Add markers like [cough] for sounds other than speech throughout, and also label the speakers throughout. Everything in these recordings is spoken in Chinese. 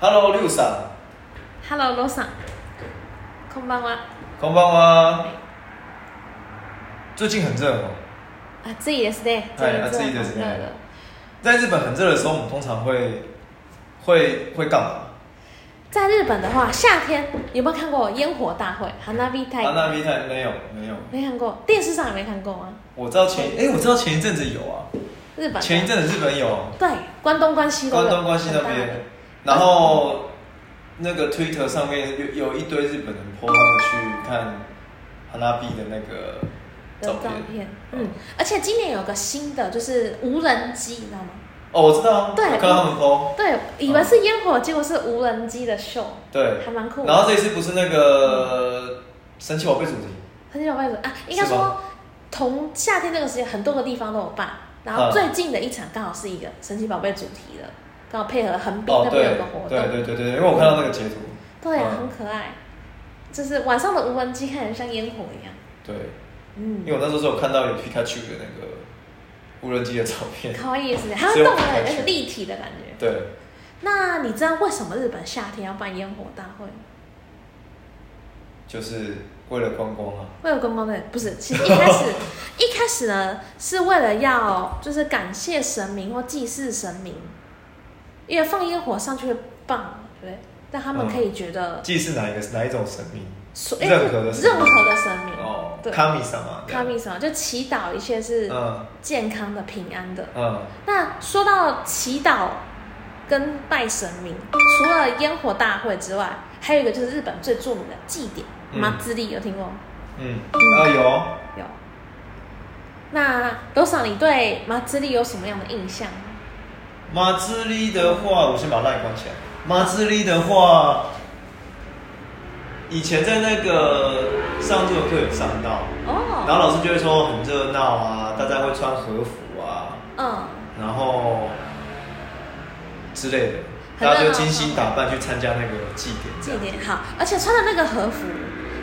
Speaker 1: Hello，六さん、
Speaker 2: Hello，罗さん。こんばんは。
Speaker 1: こんばんは。最近很热哦，
Speaker 2: 啊，自己ですね。
Speaker 1: はい
Speaker 2: 这
Speaker 1: 暑
Speaker 2: 一
Speaker 1: いです
Speaker 2: 阵
Speaker 1: ね
Speaker 2: 很热的。
Speaker 1: 在日本很热的时候，我们通常会会会干嘛？
Speaker 2: 在日本的话，夏天有没有看过烟火大会？花火
Speaker 1: 啊，
Speaker 2: 大
Speaker 1: 那
Speaker 2: 会。
Speaker 1: V 台没有没有，
Speaker 2: 没看过，电视上也没看过吗？
Speaker 1: 我知道前哎、我知道前一阵子有啊，
Speaker 2: 日本的
Speaker 1: 前一阵子日本有啊
Speaker 2: 对关东关西都有
Speaker 1: 关东关西那
Speaker 2: 很大的
Speaker 1: 边，然后那个 Twitter 上面有有一堆日本人 po 他们去看哈拉比的那个
Speaker 2: 的
Speaker 1: 照
Speaker 2: 照
Speaker 1: 片。
Speaker 2: 片，嗯，而且今年有个新的，就是无人机，你知道吗？
Speaker 1: 哦，我知道啊，
Speaker 2: 对
Speaker 1: 我看到他们 po，
Speaker 2: 对，以为是烟火，结果是无人机的秀，
Speaker 1: 对
Speaker 2: 还，蛮酷
Speaker 1: 然
Speaker 2: 的。
Speaker 1: 后这一次不是那个神奇宝贝主题，
Speaker 2: 很久没有啊，应该
Speaker 1: 是
Speaker 2: 说
Speaker 1: 吗
Speaker 2: 同夏天那个时间，很多个地方都有办。然
Speaker 1: 嗯
Speaker 2: 后最近的一场刚好是一个神奇宝贝主题的，刚好配合横滨
Speaker 1: 哦
Speaker 2: 那，边有
Speaker 1: 对
Speaker 2: 个活，
Speaker 1: 对
Speaker 2: 动，
Speaker 1: 对对对，因为我看到那个截图，
Speaker 2: 对啊
Speaker 1: 嗯，
Speaker 2: 很可爱。就是晚上的无人机看起来像烟火一样，
Speaker 1: 对，因为
Speaker 2: 嗯，
Speaker 1: 我那时候是有看到有皮卡丘的那个无人机的照片，
Speaker 2: 可爱也是，还有
Speaker 1: 只有
Speaker 2: 动的
Speaker 1: 我看
Speaker 2: 那
Speaker 1: 起
Speaker 2: 个
Speaker 1: 来
Speaker 2: 立体的感觉。
Speaker 1: 对，
Speaker 2: 那你知道为什么日本夏天要办烟火大会吗？
Speaker 1: 就是为了观光啊，
Speaker 2: 为了观光的不是，其实一开始 [laughs] 一开始呢是为了要就是感谢神明或祭祀神明，因为放烟火上去会棒，对不对？但他们
Speaker 1: 嗯
Speaker 2: 可以觉得
Speaker 1: 祭祀哪一个哪一种神明
Speaker 2: 所、
Speaker 1: 哦任
Speaker 2: 任
Speaker 1: 何的神
Speaker 2: 任
Speaker 1: 明
Speaker 2: 何的神明，
Speaker 1: 哦，
Speaker 2: 嗯对
Speaker 1: 卡米桑啊，
Speaker 2: 他们什么就祈祷一切是
Speaker 1: 嗯
Speaker 2: 健康的、平安的。
Speaker 1: 嗯，
Speaker 2: 那说到祈祷跟拜神明，除了烟火大会之外，还有一个就是日本最著名的祭典
Speaker 1: 嗯
Speaker 2: 马自力，有听过吗？
Speaker 1: 嗯，啊有，
Speaker 2: 有。那罗桑，你对马自力有什么样的印象？
Speaker 1: 马自力的话，我先把赖关起来。马自力的话，以前在那个上这个课有上到，然
Speaker 2: 哦，
Speaker 1: 后老师就会说很热闹啊，大家会穿和服啊，
Speaker 2: 嗯，
Speaker 1: 然后之类的，
Speaker 2: 很
Speaker 1: 大
Speaker 2: 热闹
Speaker 1: 家就精心打扮去参加那个祭典。
Speaker 2: 这一点好，而且穿的那个和服，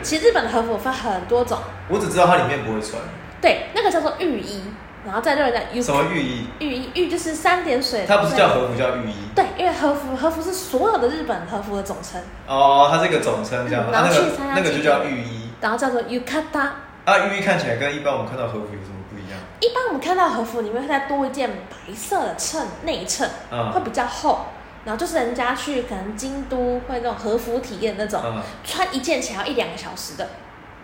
Speaker 2: 其实日本的和服分很多种，
Speaker 1: 我只知道它里面不会穿，
Speaker 2: 对，那个叫做浴衣，然后再另外叫浴
Speaker 1: 什么浴衣？
Speaker 2: 浴衣，浴就是三点水，
Speaker 1: 它不是叫和服，叫浴衣。
Speaker 2: 对，因为和服和服是所有的日本和服的总称，
Speaker 1: 哦，它这个总称这样，它
Speaker 2: 嗯然后
Speaker 1: 那
Speaker 2: 去
Speaker 1: 个
Speaker 2: 参加
Speaker 1: 那个就
Speaker 2: 祭典
Speaker 1: 叫浴衣。
Speaker 2: 然后叫做 yukata。
Speaker 1: 啊，浴衣看起来跟一般我们看到和服有什么不一样？
Speaker 2: 一般我们看到和服里面会再多一件白色的衬内衬，
Speaker 1: 嗯
Speaker 2: 会比较厚。然后就是人家去可能京都会那种和服体验那种，
Speaker 1: 嗯
Speaker 2: 穿一件起来要一两个小时的，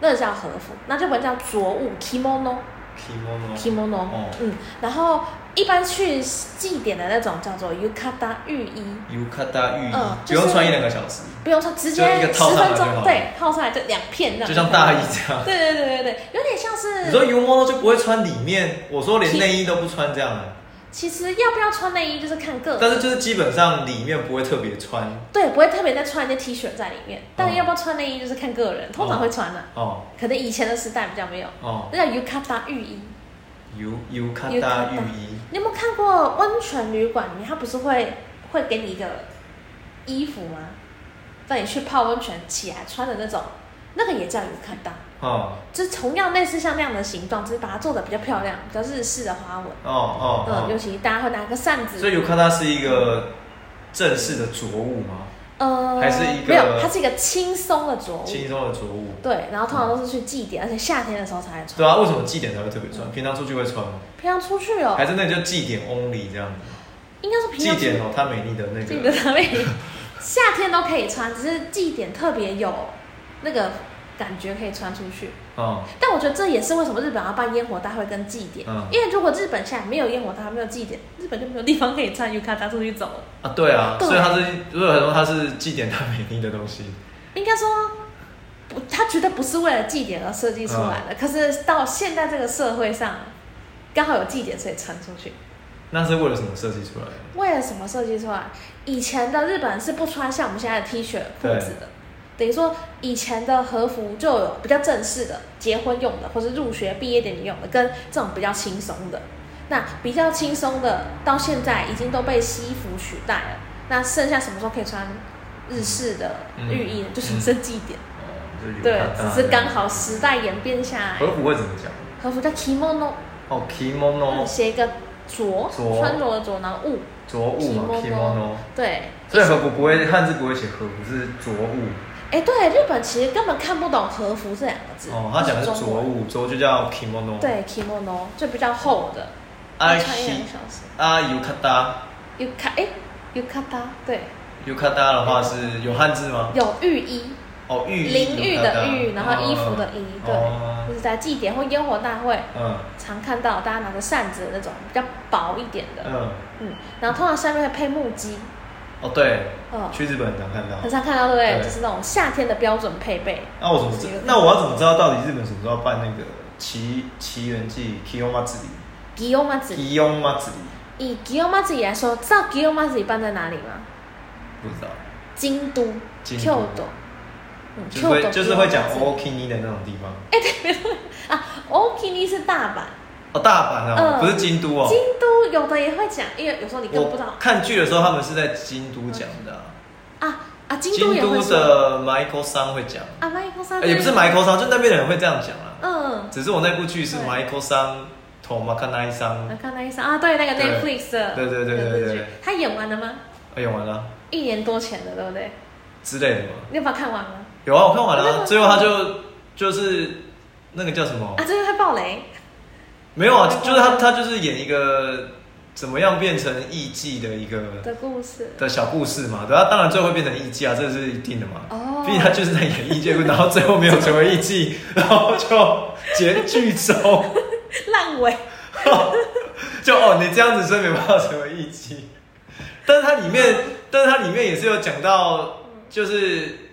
Speaker 2: 那个叫和服，那就不叫着物 kimono
Speaker 1: ，kimono。
Speaker 2: kimono，、
Speaker 1: 哦
Speaker 2: 嗯，然后一般去祭典的那种叫做 yukata 浴衣，
Speaker 1: 尤卡达浴衣
Speaker 2: 嗯，
Speaker 1: 不
Speaker 2: 就是
Speaker 1: 用穿一两个小时，
Speaker 2: 不用说直
Speaker 1: 就一
Speaker 2: 接
Speaker 1: 个
Speaker 2: 十
Speaker 1: 套上来
Speaker 2: 分
Speaker 1: 就好了
Speaker 2: 钟对泡上来就两片这样，
Speaker 1: 就像大衣这样。
Speaker 2: 对对对对对，有点像
Speaker 1: 你说
Speaker 2: 是，
Speaker 1: 尤莫就不会穿里面，我说连
Speaker 2: 其
Speaker 1: 内衣都不穿这样的，
Speaker 2: 其实要不要穿内衣就是看个人，
Speaker 1: 但是就是基本上里面不会特别穿
Speaker 2: 对，不会特别再穿一件 T 恤在里面，但
Speaker 1: 哦
Speaker 2: 是要不要穿内衣就是看个人，通常会穿的、
Speaker 1: 哦
Speaker 2: 可能以前的时代比较没有。
Speaker 1: 哦。
Speaker 2: 那叫 yukata 浴衣，
Speaker 1: 尤尤卡达浴衣，
Speaker 2: 你有没有看过温泉旅馆里面，它不是会会给你一个衣服吗？让你去泡温泉起来穿的那种，那个也叫 yukata，
Speaker 1: 哦
Speaker 2: 就是同样类似像那样的形状，只是把它做的比较漂亮，比较日式的花纹。
Speaker 1: 哦哦
Speaker 2: 嗯，尤
Speaker 1: 哦。
Speaker 2: 其大家会拿个扇子，
Speaker 1: 所以尤卡达是一个正式的着物吗？
Speaker 2: 呃，
Speaker 1: 还是一个
Speaker 2: 没有，它是一个轻松的着物，
Speaker 1: 轻松的着物。
Speaker 2: 对，然后通常都是去祭典，而且夏天的时候才来穿。
Speaker 1: 对啊，为什么祭典才会特别穿？平常出去会穿吗？
Speaker 2: 平常出去嗯哦
Speaker 1: 还，是那就祭典 only 这样子？
Speaker 2: 应该是平
Speaker 1: 祭
Speaker 2: 常出
Speaker 1: 典哦，它美丽的那
Speaker 2: 祭
Speaker 1: 个
Speaker 2: 典上面，
Speaker 1: [laughs]
Speaker 2: 夏天都可以穿，只是祭典特别有那个感觉可以穿出去。 [laughs]
Speaker 1: 哦
Speaker 2: 但我觉得这也是为什么日本要办烟火大会跟祭典，
Speaker 1: 嗯
Speaker 2: 因为如果日本现在没有烟火大会没有祭典，日本就没有地方可以穿 yukata 出去走了。
Speaker 1: 啊，对啊，
Speaker 2: 对
Speaker 1: 所以它是，所以很多它是祭典它美丽的东西。
Speaker 2: 应该说。不，他绝对不是为了祭典而设计出来
Speaker 1: 嗯
Speaker 2: 的。可是到现在这个社会上，刚好有祭典，所以穿出去。
Speaker 1: 那是为了什么设计出来的？
Speaker 2: 为了什么设计出来？以前的日本是不穿像我们现在的 T 恤、裤子的，等于说以前的和服就有比较正式的、结婚用的，或是入学毕业典礼用的，跟这种比较轻松的。那比较轻松的，到现在已经都被西服取代了。那剩下什么时候可以穿日式的浴衣呢？
Speaker 1: 嗯
Speaker 2: 就是剩祭典，
Speaker 1: 哦，
Speaker 2: 对，只是刚好时代演变下来
Speaker 1: 和。服会怎么讲？
Speaker 2: 和服叫 kimono，呃
Speaker 1: 哦，kimono，
Speaker 2: 写一个着
Speaker 1: 哦着
Speaker 2: 穿着的着，然后物，
Speaker 1: 着物嘛
Speaker 2: kimono
Speaker 1: ，kimono。
Speaker 2: 对，
Speaker 1: 所以和服不会汉字不会写和服，是着物。
Speaker 2: 哎，对，日本其实根本看不懂和服这两个字。
Speaker 1: 哦，他讲的是
Speaker 2: 中
Speaker 1: 着
Speaker 2: 文。
Speaker 1: 物，着就叫 kimono。，
Speaker 2: 对，kimono 就比较厚的，
Speaker 1: 啊
Speaker 2: 要穿一两
Speaker 1: 西
Speaker 2: 个小时。
Speaker 1: 啊 yukata
Speaker 2: yuka 哎，yukata 对，
Speaker 1: yukata 的话是有汉字吗？
Speaker 2: 有浴衣，
Speaker 1: 哦，浴衣
Speaker 2: 淋浴的
Speaker 1: yukata
Speaker 2: 浴，然后衣服的衣，
Speaker 1: 哦
Speaker 2: 对，就是在祭典或烟火大会
Speaker 1: 嗯
Speaker 2: 常看到，大家拿着扇子的那种比较薄一点的，
Speaker 1: 嗯，
Speaker 2: 嗯，然后通常下面会配木屐，
Speaker 1: 哦对，
Speaker 2: 嗯，
Speaker 1: 去日本很常看到
Speaker 2: 很。常看到，对不对？
Speaker 1: 对
Speaker 2: 就是那种夏天的标准配备。
Speaker 1: 那我怎么知？那我要怎么知道到底日本什么时候要办那个奇奇缘祭 Kiyomatsuri
Speaker 2: g i o m a z
Speaker 1: 嗯
Speaker 2: i
Speaker 1: Kiyomatsuri？
Speaker 2: 以 g i o m a z i 来说，知道 g i o m a z i 办在哪里吗？
Speaker 1: 不知道，
Speaker 2: 京都
Speaker 1: 京都
Speaker 2: Kyoto，嗯
Speaker 1: 就是会
Speaker 2: Kyoto
Speaker 1: 就是会讲哦
Speaker 2: Kyoto
Speaker 1: Okini 的那种地方。
Speaker 2: 啊，Okini 是大阪，
Speaker 1: 哦，大阪哦，
Speaker 2: 嗯
Speaker 1: 不是京都哦。
Speaker 2: 京都有的也会讲，因为有时候你根本不知道
Speaker 1: 我看剧的时候，他们是在京都讲的啊、
Speaker 2: 啊啊，京
Speaker 1: 京
Speaker 2: 也会
Speaker 1: 都
Speaker 2: 说
Speaker 1: 的 Michael 桑会讲，
Speaker 2: 啊，Michael
Speaker 1: 呃
Speaker 2: 桑
Speaker 1: 也不是 Michael 桑，就那边的人会这样讲啊。
Speaker 2: 嗯，
Speaker 1: 只是我那部剧是
Speaker 2: 对
Speaker 1: Michael 桑同 m a k a n a 桑
Speaker 2: 来，看那一场啊，对，那个
Speaker 1: 对
Speaker 2: Netflix 的，
Speaker 1: 对对对对对对
Speaker 2: 他演完了吗？
Speaker 1: 哎演完了
Speaker 2: 一年多前的，对不对？
Speaker 1: 之类的嘛。
Speaker 2: 你有把它看完了？
Speaker 1: 有啊，我看完
Speaker 2: 我那
Speaker 1: 了、
Speaker 2: 个
Speaker 1: 最后他就就是那个叫什么
Speaker 2: 啊，？这个会爆雷，
Speaker 1: 没有啊，就是他他就是演一个怎么样变成艺妓的一个
Speaker 2: 的故事，
Speaker 1: 的小故事嘛。对啊，当然最后会变成艺妓啊，这是一定的嘛。
Speaker 2: 哦
Speaker 1: 毕竟他就是在演艺界，然后最后没有成为艺妓， [laughs] 然后就结剧终。 [laughs]
Speaker 2: 烂尾，啊
Speaker 1: 就哦，你这样子真没办法成为艺妓。但是它里
Speaker 2: 嗯
Speaker 1: 面，但是它里面也是有讲到，就是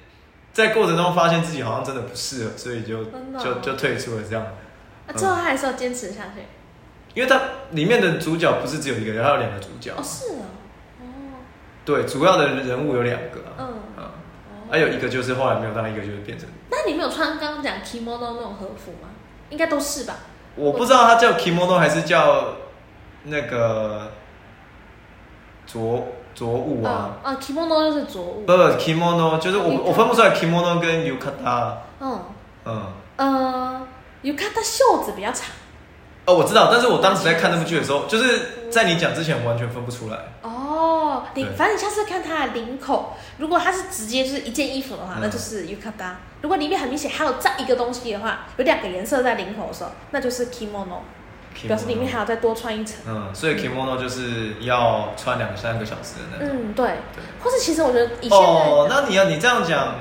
Speaker 1: 在过程中发现自己好像真的不适合，所以就
Speaker 2: 真的哦
Speaker 1: 就就退出了这样。
Speaker 2: 啊，
Speaker 1: 嗯
Speaker 2: 最后他还是要坚持下去。
Speaker 1: 因为它里面的主角不是只有一个人，还有两个主角
Speaker 2: 哦，。是哦，哦，
Speaker 1: 对，主要的人物有两个啊。
Speaker 2: 嗯
Speaker 1: 嗯，还
Speaker 2: 哦，
Speaker 1: 有一个就是后来没有当，一个就是变成
Speaker 2: 那你没有穿刚刚讲 kimono 那种和服吗？应该都是吧？
Speaker 1: 我不知道他叫 kimono 还是叫那个着着物啊。呃
Speaker 2: 啊啊，kimono 就是着物
Speaker 1: 不，不，kimono 就是我
Speaker 2: Yukata
Speaker 1: 我分不出来 kimono 跟 yukata，
Speaker 2: 嗯，
Speaker 1: 嗯，
Speaker 2: 呃，yukata 袖子比较长。
Speaker 1: 哦，我知道，但是我当时在看那部剧的时候，就是在你讲之前我完全分不出来，
Speaker 2: 哦，领
Speaker 1: 对，
Speaker 2: 反正你下次看它的领口，如果它是直接就是一件衣服的话，
Speaker 1: 嗯
Speaker 2: 那就是 yukata；如果里面很明显还有再一个东西的话，有两个颜色在领口的时候，那就是 kimono，表示里面还
Speaker 1: kimono
Speaker 2: 要再多穿一层。
Speaker 1: 嗯，所以 kimono 就是要穿两三个小时的那种，
Speaker 2: 嗯，对。
Speaker 1: 对，
Speaker 2: 或是其实我觉得以现在、
Speaker 1: 哦，那你要你这样讲，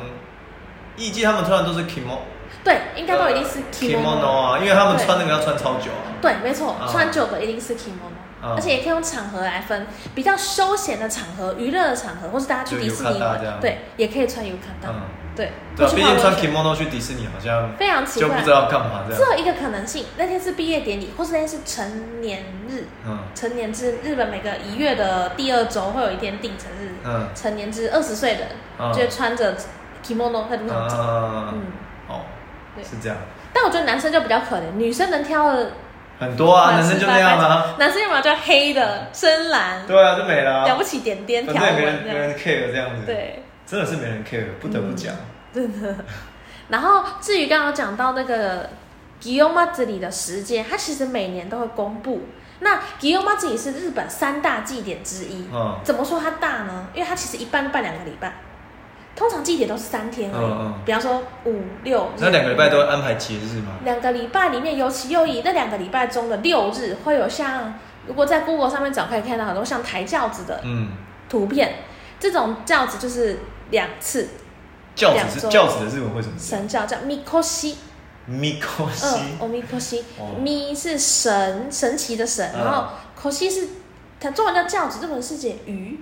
Speaker 1: 艺伎他们穿的都是 kimono，
Speaker 2: 对，应该都一定是
Speaker 1: kimono 啊，因为他们穿那个要穿超久啊，
Speaker 2: 对，没错，
Speaker 1: 嗯
Speaker 2: 穿久的一定是 kimono，、
Speaker 1: 嗯
Speaker 2: 而且也可以用场合来分，比较休闲的场合、娱乐的场合，或是大家去迪士尼
Speaker 1: 就 yukata 这样
Speaker 2: 玩，对，也可以穿 yukata，、
Speaker 1: 嗯，
Speaker 2: 对，
Speaker 1: 对啊，
Speaker 2: 或
Speaker 1: 毕
Speaker 2: 去
Speaker 1: 竟
Speaker 2: 滑轮
Speaker 1: 穿
Speaker 2: 圈
Speaker 1: kimono 去迪士尼好像
Speaker 2: 非常奇
Speaker 1: 就不
Speaker 2: 怪
Speaker 1: 知。道干嘛这
Speaker 2: 只
Speaker 1: 样，
Speaker 2: 有一个可能性，那天是毕业典礼，或是那天是成年日。
Speaker 1: 嗯
Speaker 2: 成年日，日本每个一月的第二周会有一天定成日。
Speaker 1: 嗯
Speaker 2: 成年日，二十岁的人、
Speaker 1: 嗯
Speaker 2: 就会穿着 kimono 在路上走。
Speaker 1: 啊
Speaker 2: 嗯，
Speaker 1: 哦，
Speaker 2: 对
Speaker 1: 是这样。
Speaker 2: 但我觉得男生就比较可怜，女生能挑的
Speaker 1: 很多啊，
Speaker 2: 款
Speaker 1: 男
Speaker 2: 式
Speaker 1: 生就那样啊，
Speaker 2: 百百种男生要么就黑的、深蓝，
Speaker 1: 对啊，就没了、
Speaker 2: 了
Speaker 1: 啊，
Speaker 2: 不起点点
Speaker 1: 反
Speaker 2: 条
Speaker 1: 正也没人
Speaker 2: 纹
Speaker 1: 没
Speaker 2: 这样。
Speaker 1: 人 care 这样子，，
Speaker 2: 对，
Speaker 1: 真的是没人 care，不得不讲，
Speaker 2: 然后至于刚刚讲到那个 g i o m a z 里的时间，它其实每年都会公布。那 g i o m a z 里是日本三大祭典之一。
Speaker 1: 嗯
Speaker 2: 怎么说它大呢？因为它其实一半办两个礼拜，通常祭典都是三天而已。
Speaker 1: 嗯嗯
Speaker 2: 比方说五六日，
Speaker 1: 那两个礼拜都会安排节日嘛，
Speaker 2: 两个礼拜里面，尤其又以那两个礼拜中的六日，会有像如果在 Google 上面找，可以看到很多像抬轿子的
Speaker 1: 嗯，
Speaker 2: 图片。这种轿子就是两次
Speaker 1: 教
Speaker 2: 两
Speaker 1: 子是
Speaker 2: 周
Speaker 1: 教子的日文会怎么讲
Speaker 2: 神教，叫 mikoshi，
Speaker 1: ？mikoshi，
Speaker 2: 嗯，o mikoshi，
Speaker 1: 哦
Speaker 2: 咪是神神奇的神，
Speaker 1: 嗯
Speaker 2: 然后 koshi 是它中文叫轿子，日文是解鱼，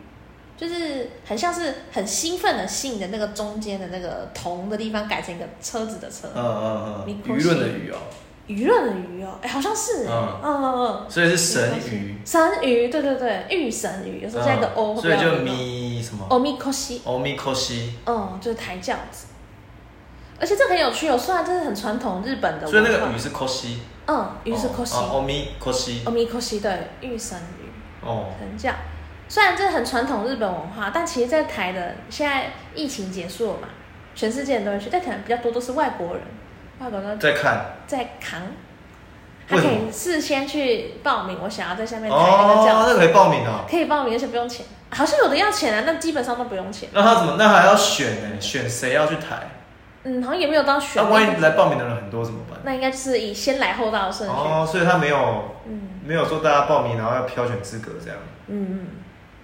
Speaker 2: 就是很像是很兴奋的兴的那个中间的那个铜的地方改成一个车子的车，
Speaker 1: 嗯嗯嗯，
Speaker 2: mikoshi
Speaker 1: 舆论的舆哦，
Speaker 2: 舆论的舆哦，哎，好像是，
Speaker 1: 嗯
Speaker 2: 嗯嗯嗯，
Speaker 1: 所以是神舆，
Speaker 2: 神鱼，对对对，御神鱼，有时候加一个哦 o，
Speaker 1: 嗯所以就咪什么
Speaker 2: 哦咪 koshi，
Speaker 1: o mikoshi，
Speaker 2: 嗯，就是抬轿子。而且这很有趣哦，虽然这是很传统日本的文化，
Speaker 1: 所以那个鱼是 koshi，
Speaker 2: 嗯，
Speaker 1: 哦
Speaker 2: 鱼是 koshi，
Speaker 1: o mikoshi，
Speaker 2: 哦，米 koshi 对，御神鱼
Speaker 1: 哦，
Speaker 2: 神教。虽然这很传统日本文化，但其实，在台的现在疫情结束了嘛，全世界人都会去，但可能比较多都是外国人，外国人都
Speaker 1: 再看，
Speaker 2: 在扛，他
Speaker 1: 为什
Speaker 2: 可
Speaker 1: 么
Speaker 2: 以事先去报名，我想要在下面开一个
Speaker 1: 哦，
Speaker 2: 教
Speaker 1: 那
Speaker 2: 室，
Speaker 1: 可以报名哦。
Speaker 2: 可以报名，而且不用钱。好像有的要钱啊，那基本上都不用钱。
Speaker 1: 那他怎么？那还要选呢？选谁要去抬？
Speaker 2: 嗯，好像也没有到选
Speaker 1: 那万一
Speaker 2: 定，
Speaker 1: 来报名的人很多怎么办？
Speaker 2: 那应该就是以先来后到的顺序。
Speaker 1: 哦，所以他没有
Speaker 2: 嗯
Speaker 1: 没有说大家报名然后要挑选资格这样。
Speaker 2: 嗯嗯，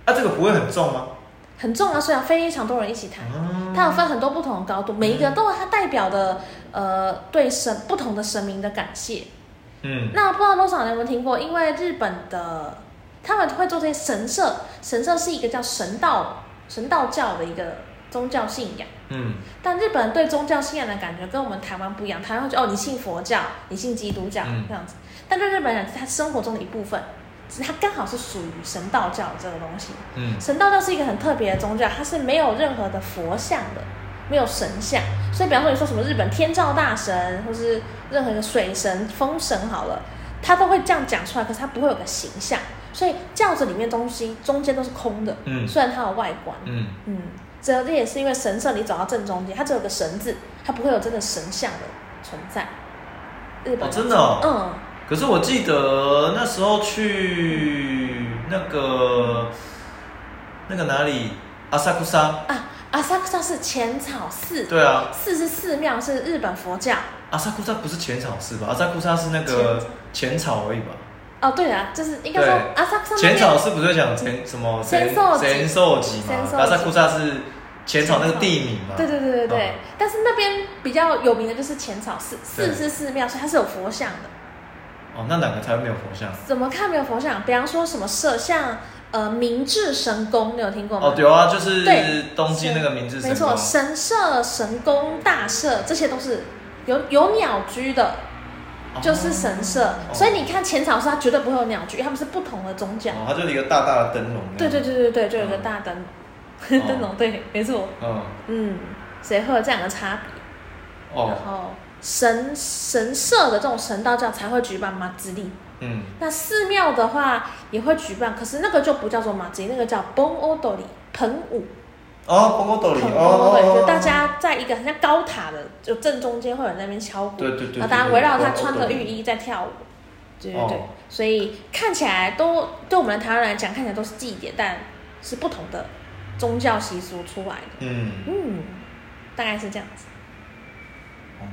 Speaker 1: 啊，这个不会很重吗？
Speaker 2: 很重啊，虽然非常多人一起弹。
Speaker 1: 嗯，
Speaker 2: 它有分很多不同的高度，每一个都有它代表的呃对神不同的神明的感谢。
Speaker 1: 嗯，
Speaker 2: 那不知道多少人有没有听过？因为日本的他们会做这些神社，神社是一个叫神道神道教的一个宗教信仰。
Speaker 1: 嗯，
Speaker 2: 但日本人对宗教信仰的感觉跟我们台湾不一样，台湾会觉得哦，你信佛教，你信基督教、
Speaker 1: 嗯
Speaker 2: 这样子。但对日本人，他生活中的一部分，只是他刚好是属于神道教这个东西。
Speaker 1: 嗯，
Speaker 2: 神道教是一个很特别的宗教，它是没有任何的佛像的，没有神像。所以，比方说你说什么日本天照大神，或是任何一个水神、风神好了，他都会这样讲出来，可是他不会有个形象。所以教子里面东西中间都是空的，
Speaker 1: 嗯
Speaker 2: 虽然它有外观，
Speaker 1: 嗯，
Speaker 2: 嗯，这这也是因为神社你走到正中间，它只有个神字，它不会有真的神像的存在。日本、
Speaker 1: 哦，真的哦。
Speaker 2: 嗯，
Speaker 1: 可是我记得那时候去那个那个哪里阿萨库萨，
Speaker 2: 啊，阿萨克萨是浅草寺，
Speaker 1: 对啊，
Speaker 2: 四十四庙是日本佛教。
Speaker 1: 阿萨库萨不是浅草寺吧？阿萨库萨是那个浅草而已吧？
Speaker 2: 哦，对啊，就是应该说
Speaker 1: 对
Speaker 2: 阿萨克萨那边
Speaker 1: 浅草啊寺不是讲浅什么
Speaker 2: 浅草寺
Speaker 1: 浅寿吉嘛
Speaker 2: 浅？寿
Speaker 1: 阿萨库萨是浅草那个地名嘛？
Speaker 2: 对对对对对，
Speaker 1: 嗯
Speaker 2: 但是那边比较有名的就是浅草寺，
Speaker 1: 对
Speaker 2: 四是寺庙，所以它是有佛像的。
Speaker 1: 哦，那两个才会没有佛像。
Speaker 2: 怎么看没有佛像？比方说什么社，像呃明治神宫，你有听过吗？
Speaker 1: 哦，有啊，就是
Speaker 2: 对
Speaker 1: 东京那个明治神
Speaker 2: 没
Speaker 1: 宫
Speaker 2: 错，，神社、神宫、大社，这些都是有有鸟居的，
Speaker 1: 哦
Speaker 2: 就是神社。
Speaker 1: 哦
Speaker 2: 所以你看浅草寺，它绝对不会有鸟居，因为它们是不同的宗教。
Speaker 1: 哦，它就是一个大大的灯笼。
Speaker 2: 对对。对对对，就有一个
Speaker 1: 嗯
Speaker 2: 大灯笼， [laughs] 灯笼对，没错，
Speaker 1: 嗯，
Speaker 2: 嗯，所以会有这样的差别。然
Speaker 1: 哦，
Speaker 2: 后神神社的这种神道教才会举办马自力，
Speaker 1: 嗯，
Speaker 2: 那寺庙的话也会举办，可是那个就不叫做马自力，那个叫 bon odori 盆舞，
Speaker 1: 哦，波波斗
Speaker 2: 盆
Speaker 1: 里，
Speaker 2: 舞
Speaker 1: 哦，
Speaker 2: 对，
Speaker 1: 哦
Speaker 2: 就大。家在一个很像高塔的，就正中间会有人在那边敲鼓，
Speaker 1: 对对对对
Speaker 2: 然后大家围绕他
Speaker 1: 对对
Speaker 2: 穿着
Speaker 1: 对
Speaker 2: 浴衣在跳舞，对对
Speaker 1: 哦
Speaker 2: 对，所以看起来都对我们台湾人来讲看起来都是祭典，但是不同的宗教习俗出来的，
Speaker 1: 嗯，
Speaker 2: 嗯，大概是这样子，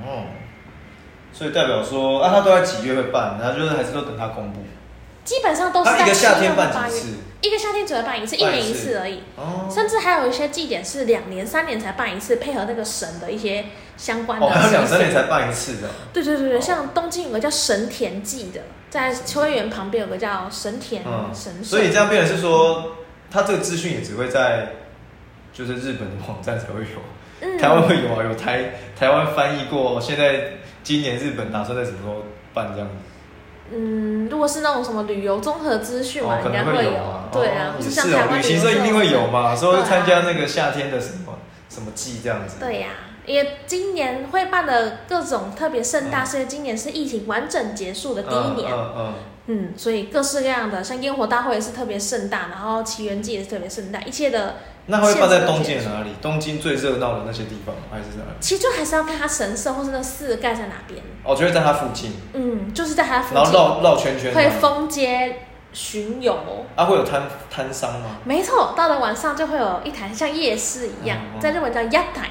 Speaker 1: 哦，所以代表说啊，他都在几月会办，然后就是还是都等他公布。
Speaker 2: 基本上都是
Speaker 1: 他
Speaker 2: 在
Speaker 1: 一个夏
Speaker 2: 7
Speaker 1: 天
Speaker 2: 月到
Speaker 1: 办
Speaker 2: 8
Speaker 1: 几
Speaker 2: 月
Speaker 1: 次？
Speaker 2: 一个夏天只会办一次，一
Speaker 1: 办一
Speaker 2: 年一
Speaker 1: 次
Speaker 2: 次而已。
Speaker 1: 哦，
Speaker 2: 甚至还有一些祭典是两年、三年才办一次，配合那个神的一些相关的
Speaker 1: 哦，
Speaker 2: 习俗。
Speaker 1: 还有两三年才办一次的。
Speaker 2: 对对对对，
Speaker 1: 哦
Speaker 2: 像东京有个叫神田祭的，在秋叶原旁边有个叫神田
Speaker 1: 嗯，
Speaker 2: 神社。
Speaker 1: 所以这样变成是说，他这个资讯也只会在就是日本的网站才会有，
Speaker 2: 嗯
Speaker 1: 台湾会有啊，有台台湾翻译过，现在今年日本打算在什么时候办这样子？
Speaker 2: 嗯，如果是那种什么旅游综合资讯嘛
Speaker 1: 哦，，可
Speaker 2: 应该
Speaker 1: 能会
Speaker 2: 有。
Speaker 1: 啊，
Speaker 2: 对啊
Speaker 1: 哦，
Speaker 2: 或
Speaker 1: 也
Speaker 2: 是
Speaker 1: 是
Speaker 2: 像台
Speaker 1: 哦，
Speaker 2: 湾
Speaker 1: 旅行社一定会有。嘛，说
Speaker 2: 对啊
Speaker 1: 参加那个夏天的什么什么季这样子。
Speaker 2: 对呀、也今年会办的各种特别盛大，是因为今年是疫情完整结束的
Speaker 1: 嗯，
Speaker 2: 第一年。
Speaker 1: 嗯嗯
Speaker 2: 嗯，所以各式各样的，像烟火大会也是特别盛大，然后奇缘祭也是特别盛大，一切的
Speaker 1: 嗯，那它会办在东京的哪里？东京最热闹的那些地方吗还是哪里？
Speaker 2: 其实就还是要看它神社或是那寺盖在哪边。
Speaker 1: 哦，就会在它附近，
Speaker 2: 嗯，就是在它附
Speaker 1: 然后
Speaker 2: 近
Speaker 1: 绕绕圈圈。
Speaker 2: 会。封街巡游，
Speaker 1: 啊，会有摊摊商吗？
Speaker 2: 没错，到了晚上就会有一台像夜市一样，
Speaker 1: 嗯嗯
Speaker 2: 在日文叫压台，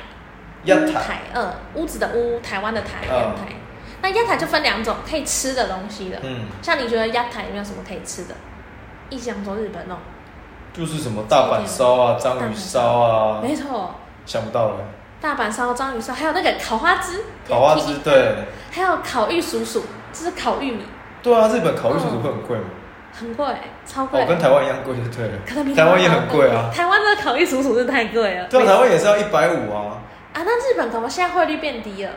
Speaker 1: 要
Speaker 2: 屋
Speaker 1: 摊。
Speaker 2: 台，嗯，屋子的屋，台湾的台，
Speaker 1: 嗯
Speaker 2: 压台。那压台就分两种，可以吃的东西的，
Speaker 1: 嗯，
Speaker 2: 像你觉得压台有没有什么可以吃的？印象中日本哦那种，
Speaker 1: 就是什么大阪烧啊、章鱼烧啊，
Speaker 2: 没错，
Speaker 1: 想不到了。
Speaker 2: 大阪烧、章鱼烧，还有那个烤花枝，
Speaker 1: 烤花枝，对，
Speaker 2: 还有烤玉薯薯，这是烤玉米，
Speaker 1: 对啊，日本
Speaker 2: 嗯
Speaker 1: 烤玉薯会很贵吗？
Speaker 2: 很贵、超贵、
Speaker 1: 哦，跟台湾一样贵就对了。
Speaker 2: 可能比
Speaker 1: 台湾也很贵啊。
Speaker 2: 台湾的烤玉薯薯是太贵了，
Speaker 1: 对啊，
Speaker 2: 没
Speaker 1: 台湾也是要一百五啊。
Speaker 2: 啊，那日本搞不好现在汇率变低了，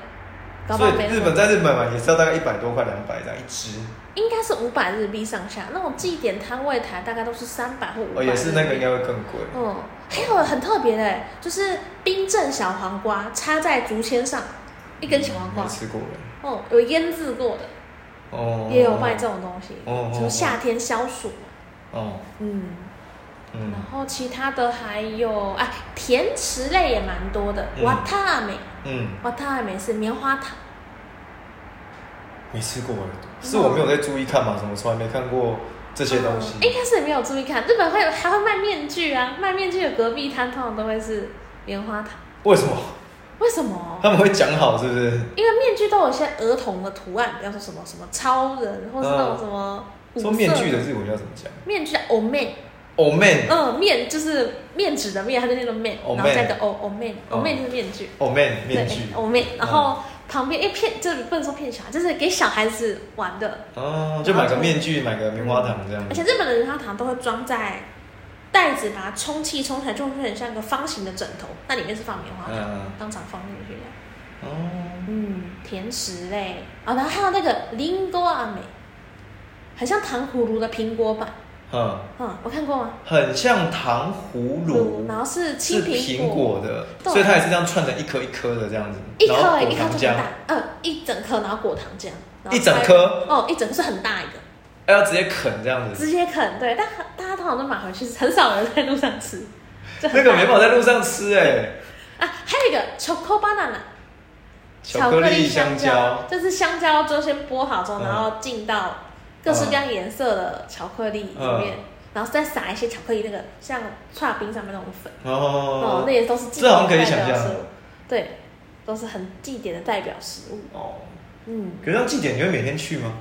Speaker 2: 搞不
Speaker 1: 所
Speaker 2: 好
Speaker 1: 以
Speaker 2: 没那么
Speaker 1: 日本在日本买也是要大概一百多块、两百这样一只，
Speaker 2: 应该是五百日币上下，那种祭典摊位台大概都是三百或五百，
Speaker 1: 哦，也是那个应该会更贵。
Speaker 2: 嗯，还有很特别的，就是冰镇小黄瓜插在竹签上，一根小黄瓜
Speaker 1: 没，吃过了。
Speaker 2: 哦、有腌制过的，
Speaker 1: 嗯哦，
Speaker 2: 也有卖这种东西，
Speaker 1: 哦哦
Speaker 2: 从夏天消暑，
Speaker 1: 哦，
Speaker 2: 嗯。
Speaker 1: 嗯，
Speaker 2: 然后其他的还有哎，甜食类也蛮多的。
Speaker 1: 嗯
Speaker 2: 瓦塔美，
Speaker 1: 嗯，
Speaker 2: 瓦塔美是棉花糖，
Speaker 1: 没吃过哎，是我没有在注意看嘛，怎么从来没看过这些东西？
Speaker 2: 一开始也没有注意看，日本会有还会卖面具啊，卖面具的隔壁摊通常都会是棉花糖，
Speaker 1: 为什么
Speaker 2: 为什么？
Speaker 1: 他们会讲好？是不是？
Speaker 2: 因为面具都有一些儿童的图案，比方说什么什么超人，或是那种什么五
Speaker 1: 嗯
Speaker 2: 色
Speaker 1: 说面具的日文要怎么讲
Speaker 2: 面具叫 o man，
Speaker 1: ？Oh man，
Speaker 2: 嗯，面就是面纸的面，它就念作面，
Speaker 1: 哦
Speaker 2: 然后加一个 o o man o man 就是面具，
Speaker 1: 哦 man，面具嗯
Speaker 2: 对。o man，然后旁边哎骗，这不能说骗小孩，就是给小孩子玩的，
Speaker 1: 哦，就买个面具，买个棉花糖这样
Speaker 2: 而
Speaker 1: 子。
Speaker 2: 且日本的棉花糖都会装在袋子，把它充气充起来，就会很像一个方形的枕头，那里面是放棉花糖，
Speaker 1: 嗯，
Speaker 2: 当场放进去的。
Speaker 1: 哦，
Speaker 2: 嗯，甜食类啊、然后还有那个林多阿美，很像糖葫芦的苹果版。
Speaker 1: 嗯，
Speaker 2: 嗯，我看过吗？
Speaker 1: 很像糖葫芦，
Speaker 2: 然后是青
Speaker 1: 是
Speaker 2: 苹
Speaker 1: 苹果的，
Speaker 2: 对
Speaker 1: 所以它也是这样串成一颗一颗的这样子，
Speaker 2: 一
Speaker 1: 然后
Speaker 2: 颗一
Speaker 1: 果
Speaker 2: 颗
Speaker 1: 糖
Speaker 2: 这么
Speaker 1: 浆
Speaker 2: 大，，嗯、一整颗，然后果糖浆，然后
Speaker 1: 一整
Speaker 2: 还有
Speaker 1: 颗
Speaker 2: 哦，一整颗是很大一个，
Speaker 1: 哎要直接啃这样子。
Speaker 2: 直接啃，对，但大家通常都买回去吃，很少人在路上吃。就很
Speaker 1: 那个
Speaker 2: 大
Speaker 1: 没办法在路上吃哎，
Speaker 2: 啊，还有一个 choco banana
Speaker 1: 巧克力香蕉，，
Speaker 2: 就是香蕉就先剥好之后，
Speaker 1: 嗯
Speaker 2: 然后进到各式各样颜色的巧克力里
Speaker 1: 嗯
Speaker 2: 面，然后再撒一些巧克力那个像刨冰上面那种粉，哦，那
Speaker 1: 哦，
Speaker 2: 也都是
Speaker 1: 这好像可以
Speaker 2: 代表
Speaker 1: 想
Speaker 2: 食
Speaker 1: 象
Speaker 2: 物，对，都是很祭典的代表食物。
Speaker 1: 哦。
Speaker 2: 嗯，
Speaker 1: 可是要祭典，你会每天去吗？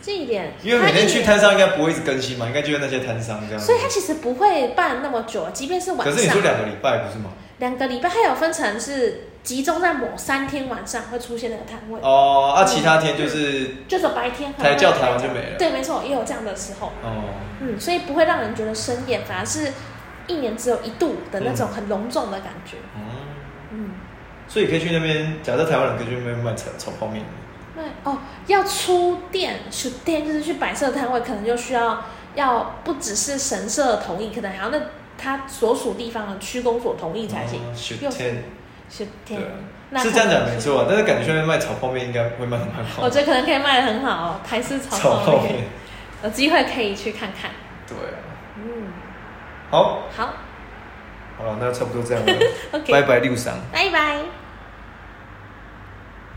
Speaker 2: 祭典，
Speaker 1: 因为每天去
Speaker 2: 它
Speaker 1: 摊
Speaker 2: 一
Speaker 1: 商应该不会一直更新嘛，应该就是那些摊商这样
Speaker 2: 年，
Speaker 1: 子。
Speaker 2: 所以它其实不会办那么久，啊即便是晚
Speaker 1: 可是你说
Speaker 2: 上
Speaker 1: 两个礼拜不是吗？
Speaker 2: 两个礼拜，它有分成是集中在某三天晚上会出现那个摊位，
Speaker 1: 哦，啊，其他天就是
Speaker 2: 就是白天很
Speaker 1: 抬轿
Speaker 2: 晚
Speaker 1: 抬完就没了。
Speaker 2: 对，没错，也有这样的时候。
Speaker 1: 哦，
Speaker 2: 嗯，所以不会让人觉得生厌，反而是一年只有一度的那种很隆重的感觉。
Speaker 1: 嗯，
Speaker 2: 嗯，
Speaker 1: 所以可以去那边，假设台湾人可以去那边卖炒炒泡面。
Speaker 2: 那哦，要出店出店就是去摆设摊位，可能就需要要不只是神社同意，可能还要那他所属地方的区公所同意才行。
Speaker 1: 哦是
Speaker 2: 又
Speaker 1: 天，
Speaker 2: 是
Speaker 1: 对
Speaker 2: 店
Speaker 1: 啊，
Speaker 2: 那
Speaker 1: 是
Speaker 2: 可
Speaker 1: 这样
Speaker 2: 能
Speaker 1: 讲没错啊，但是感觉去那边卖炒泡面应该会卖得蛮好
Speaker 2: 我。哦觉得可能可以卖的很好哦，台式炒
Speaker 1: 炒
Speaker 2: 泡
Speaker 1: 泡
Speaker 2: 面
Speaker 1: 面，，
Speaker 2: 有机会可以去看看。
Speaker 1: 对啊。
Speaker 2: 嗯，
Speaker 1: 好，
Speaker 2: 好
Speaker 1: 好了，那差不多这样了，
Speaker 2: [laughs] ，OK，
Speaker 1: 拜拜，六三。
Speaker 2: 拜拜。